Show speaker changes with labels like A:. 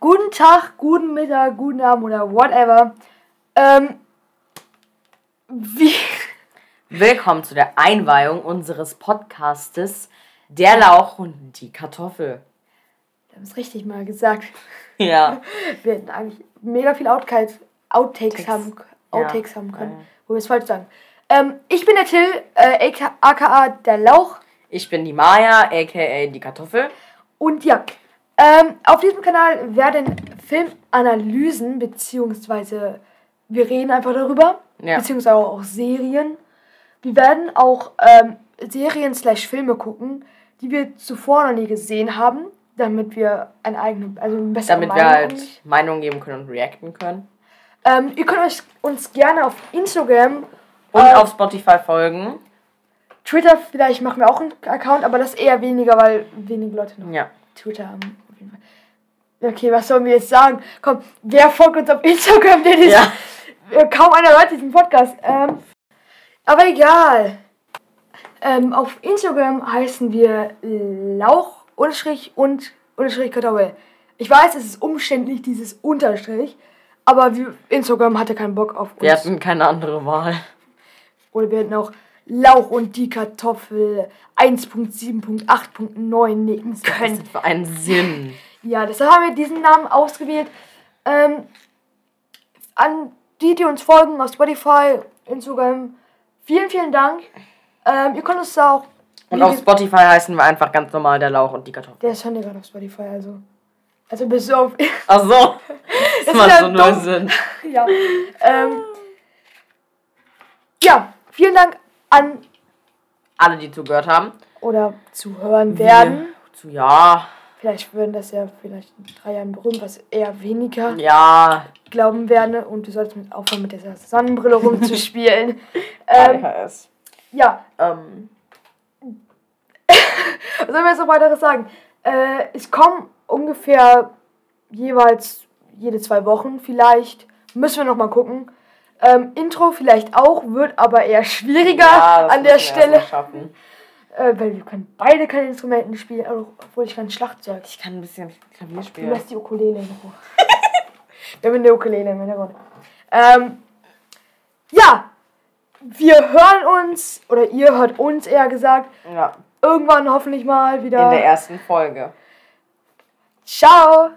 A: Guten Tag, guten Mittag, guten Abend oder whatever. Ähm, wie,
B: Willkommen zu der Einweihung unseres Podcastes Der Lauch und die Kartoffel.
A: wir haben es richtig mal gesagt.
B: Ja.
A: Wir hätten eigentlich mega viel Outtakes, Outtakes,
B: Takes.
A: haben, Outtakes haben können,
B: Ja.
A: wo wir es falsch sagen. Ähm, ich bin der Till, äh, aka, aka der Lauch.
B: Ich bin die Maya, aka die Kartoffel.
A: Und ja, ähm, auf diesem Kanal werden Filmanalysen, beziehungsweise wir reden einfach darüber,
B: Ja.
A: beziehungsweise auch Serien. Wir werden auch ähm, Serien slash Filme gucken, die wir zuvor noch nie gesehen haben, damit wir eine eigene, also eine bessere
B: Damit wir
A: Meinung
B: halt
A: haben.
B: Meinung geben können und reacten können.
A: Ähm, ihr könnt euch, uns gerne auf Instagram
B: Und
A: äh,
B: auf Spotify folgen.
A: Twitter, vielleicht machen wir auch einen Account, aber das eher weniger, weil wenige Leute noch
B: Ja.
A: Twitter haben. auf jeden Fall. Okay, was sollen wir jetzt sagen? Komm, wer folgt uns auf Instagram? Der ist
B: Ja.
A: Kaum einer hört diesen Podcast. Ähm, aber egal. Ähm, auf Instagram heißen wir Lauch unterstrich und unterstrich Kartoffel. Ich weiß, es ist umständlich, dieses Unterstrich, aber wir, Instagram hatte keinen Bock auf uns.
B: Wir hatten keine andere Wahl.
A: Oder wir hätten auch Lauch und die Kartoffel 1.7.8.9 nehmen
B: Was
A: können.
B: ist das für einen Sinn?
A: Ja, deshalb haben wir diesen Namen ausgewählt. Ähm, an die, die uns folgen auf Spotify, Instagram, vielen, vielen Dank. Ähm, ihr könnt uns da auch.
B: Und
A: wie
B: auf
A: ge-
B: Spotify heißen wir einfach ganz normal der Lauch und die Kartoffel.
A: Der ist schon gerade auf Spotify, also. Also bis auf.
B: Ach so. Also, Das
A: ist
B: macht
A: ja
B: so
A: dumm.
B: null Sinn.
A: ja. Ähm, ja, vielen Dank an
B: Alle, die zugehört haben.
A: oder zu hören werden.
B: Wir- Zu ja.
A: Vielleicht würden das ja vielleicht in drei Jahren berühmt, was eher weniger
B: Ja.
A: glauben werden. Und du solltest mit aufhören, mit dieser Sonnenbrille rumzuspielen. ähm,
B: ADHS.
A: ja,
B: Ähm,
A: was soll wir jetzt noch weiteres sagen? Äh, ich komme ungefähr jeweils jede zwei Wochen vielleicht. Müssen wir noch mal gucken. Ähm, Intro vielleicht auch, wird aber eher schwieriger
B: ja, das
A: an der
B: müssen wir erst mal
A: Stelle.
B: schaffen.
A: Äh, weil wir können beide keine Instrumenten spielen, obwohl ich kann Schlagzeug.
B: Ich kann ein bisschen Klavier
A: Du
B: spielen.
A: lässt die Ukulele in Ruhe. Wir haben eine Ukulele im Hintergrund. Ähm, ja, wir hören uns, oder ihr hört uns eher gesagt,
B: Ja,
A: irgendwann hoffentlich mal
B: in der
A: wieder.
B: ersten Folge.
A: Ciao!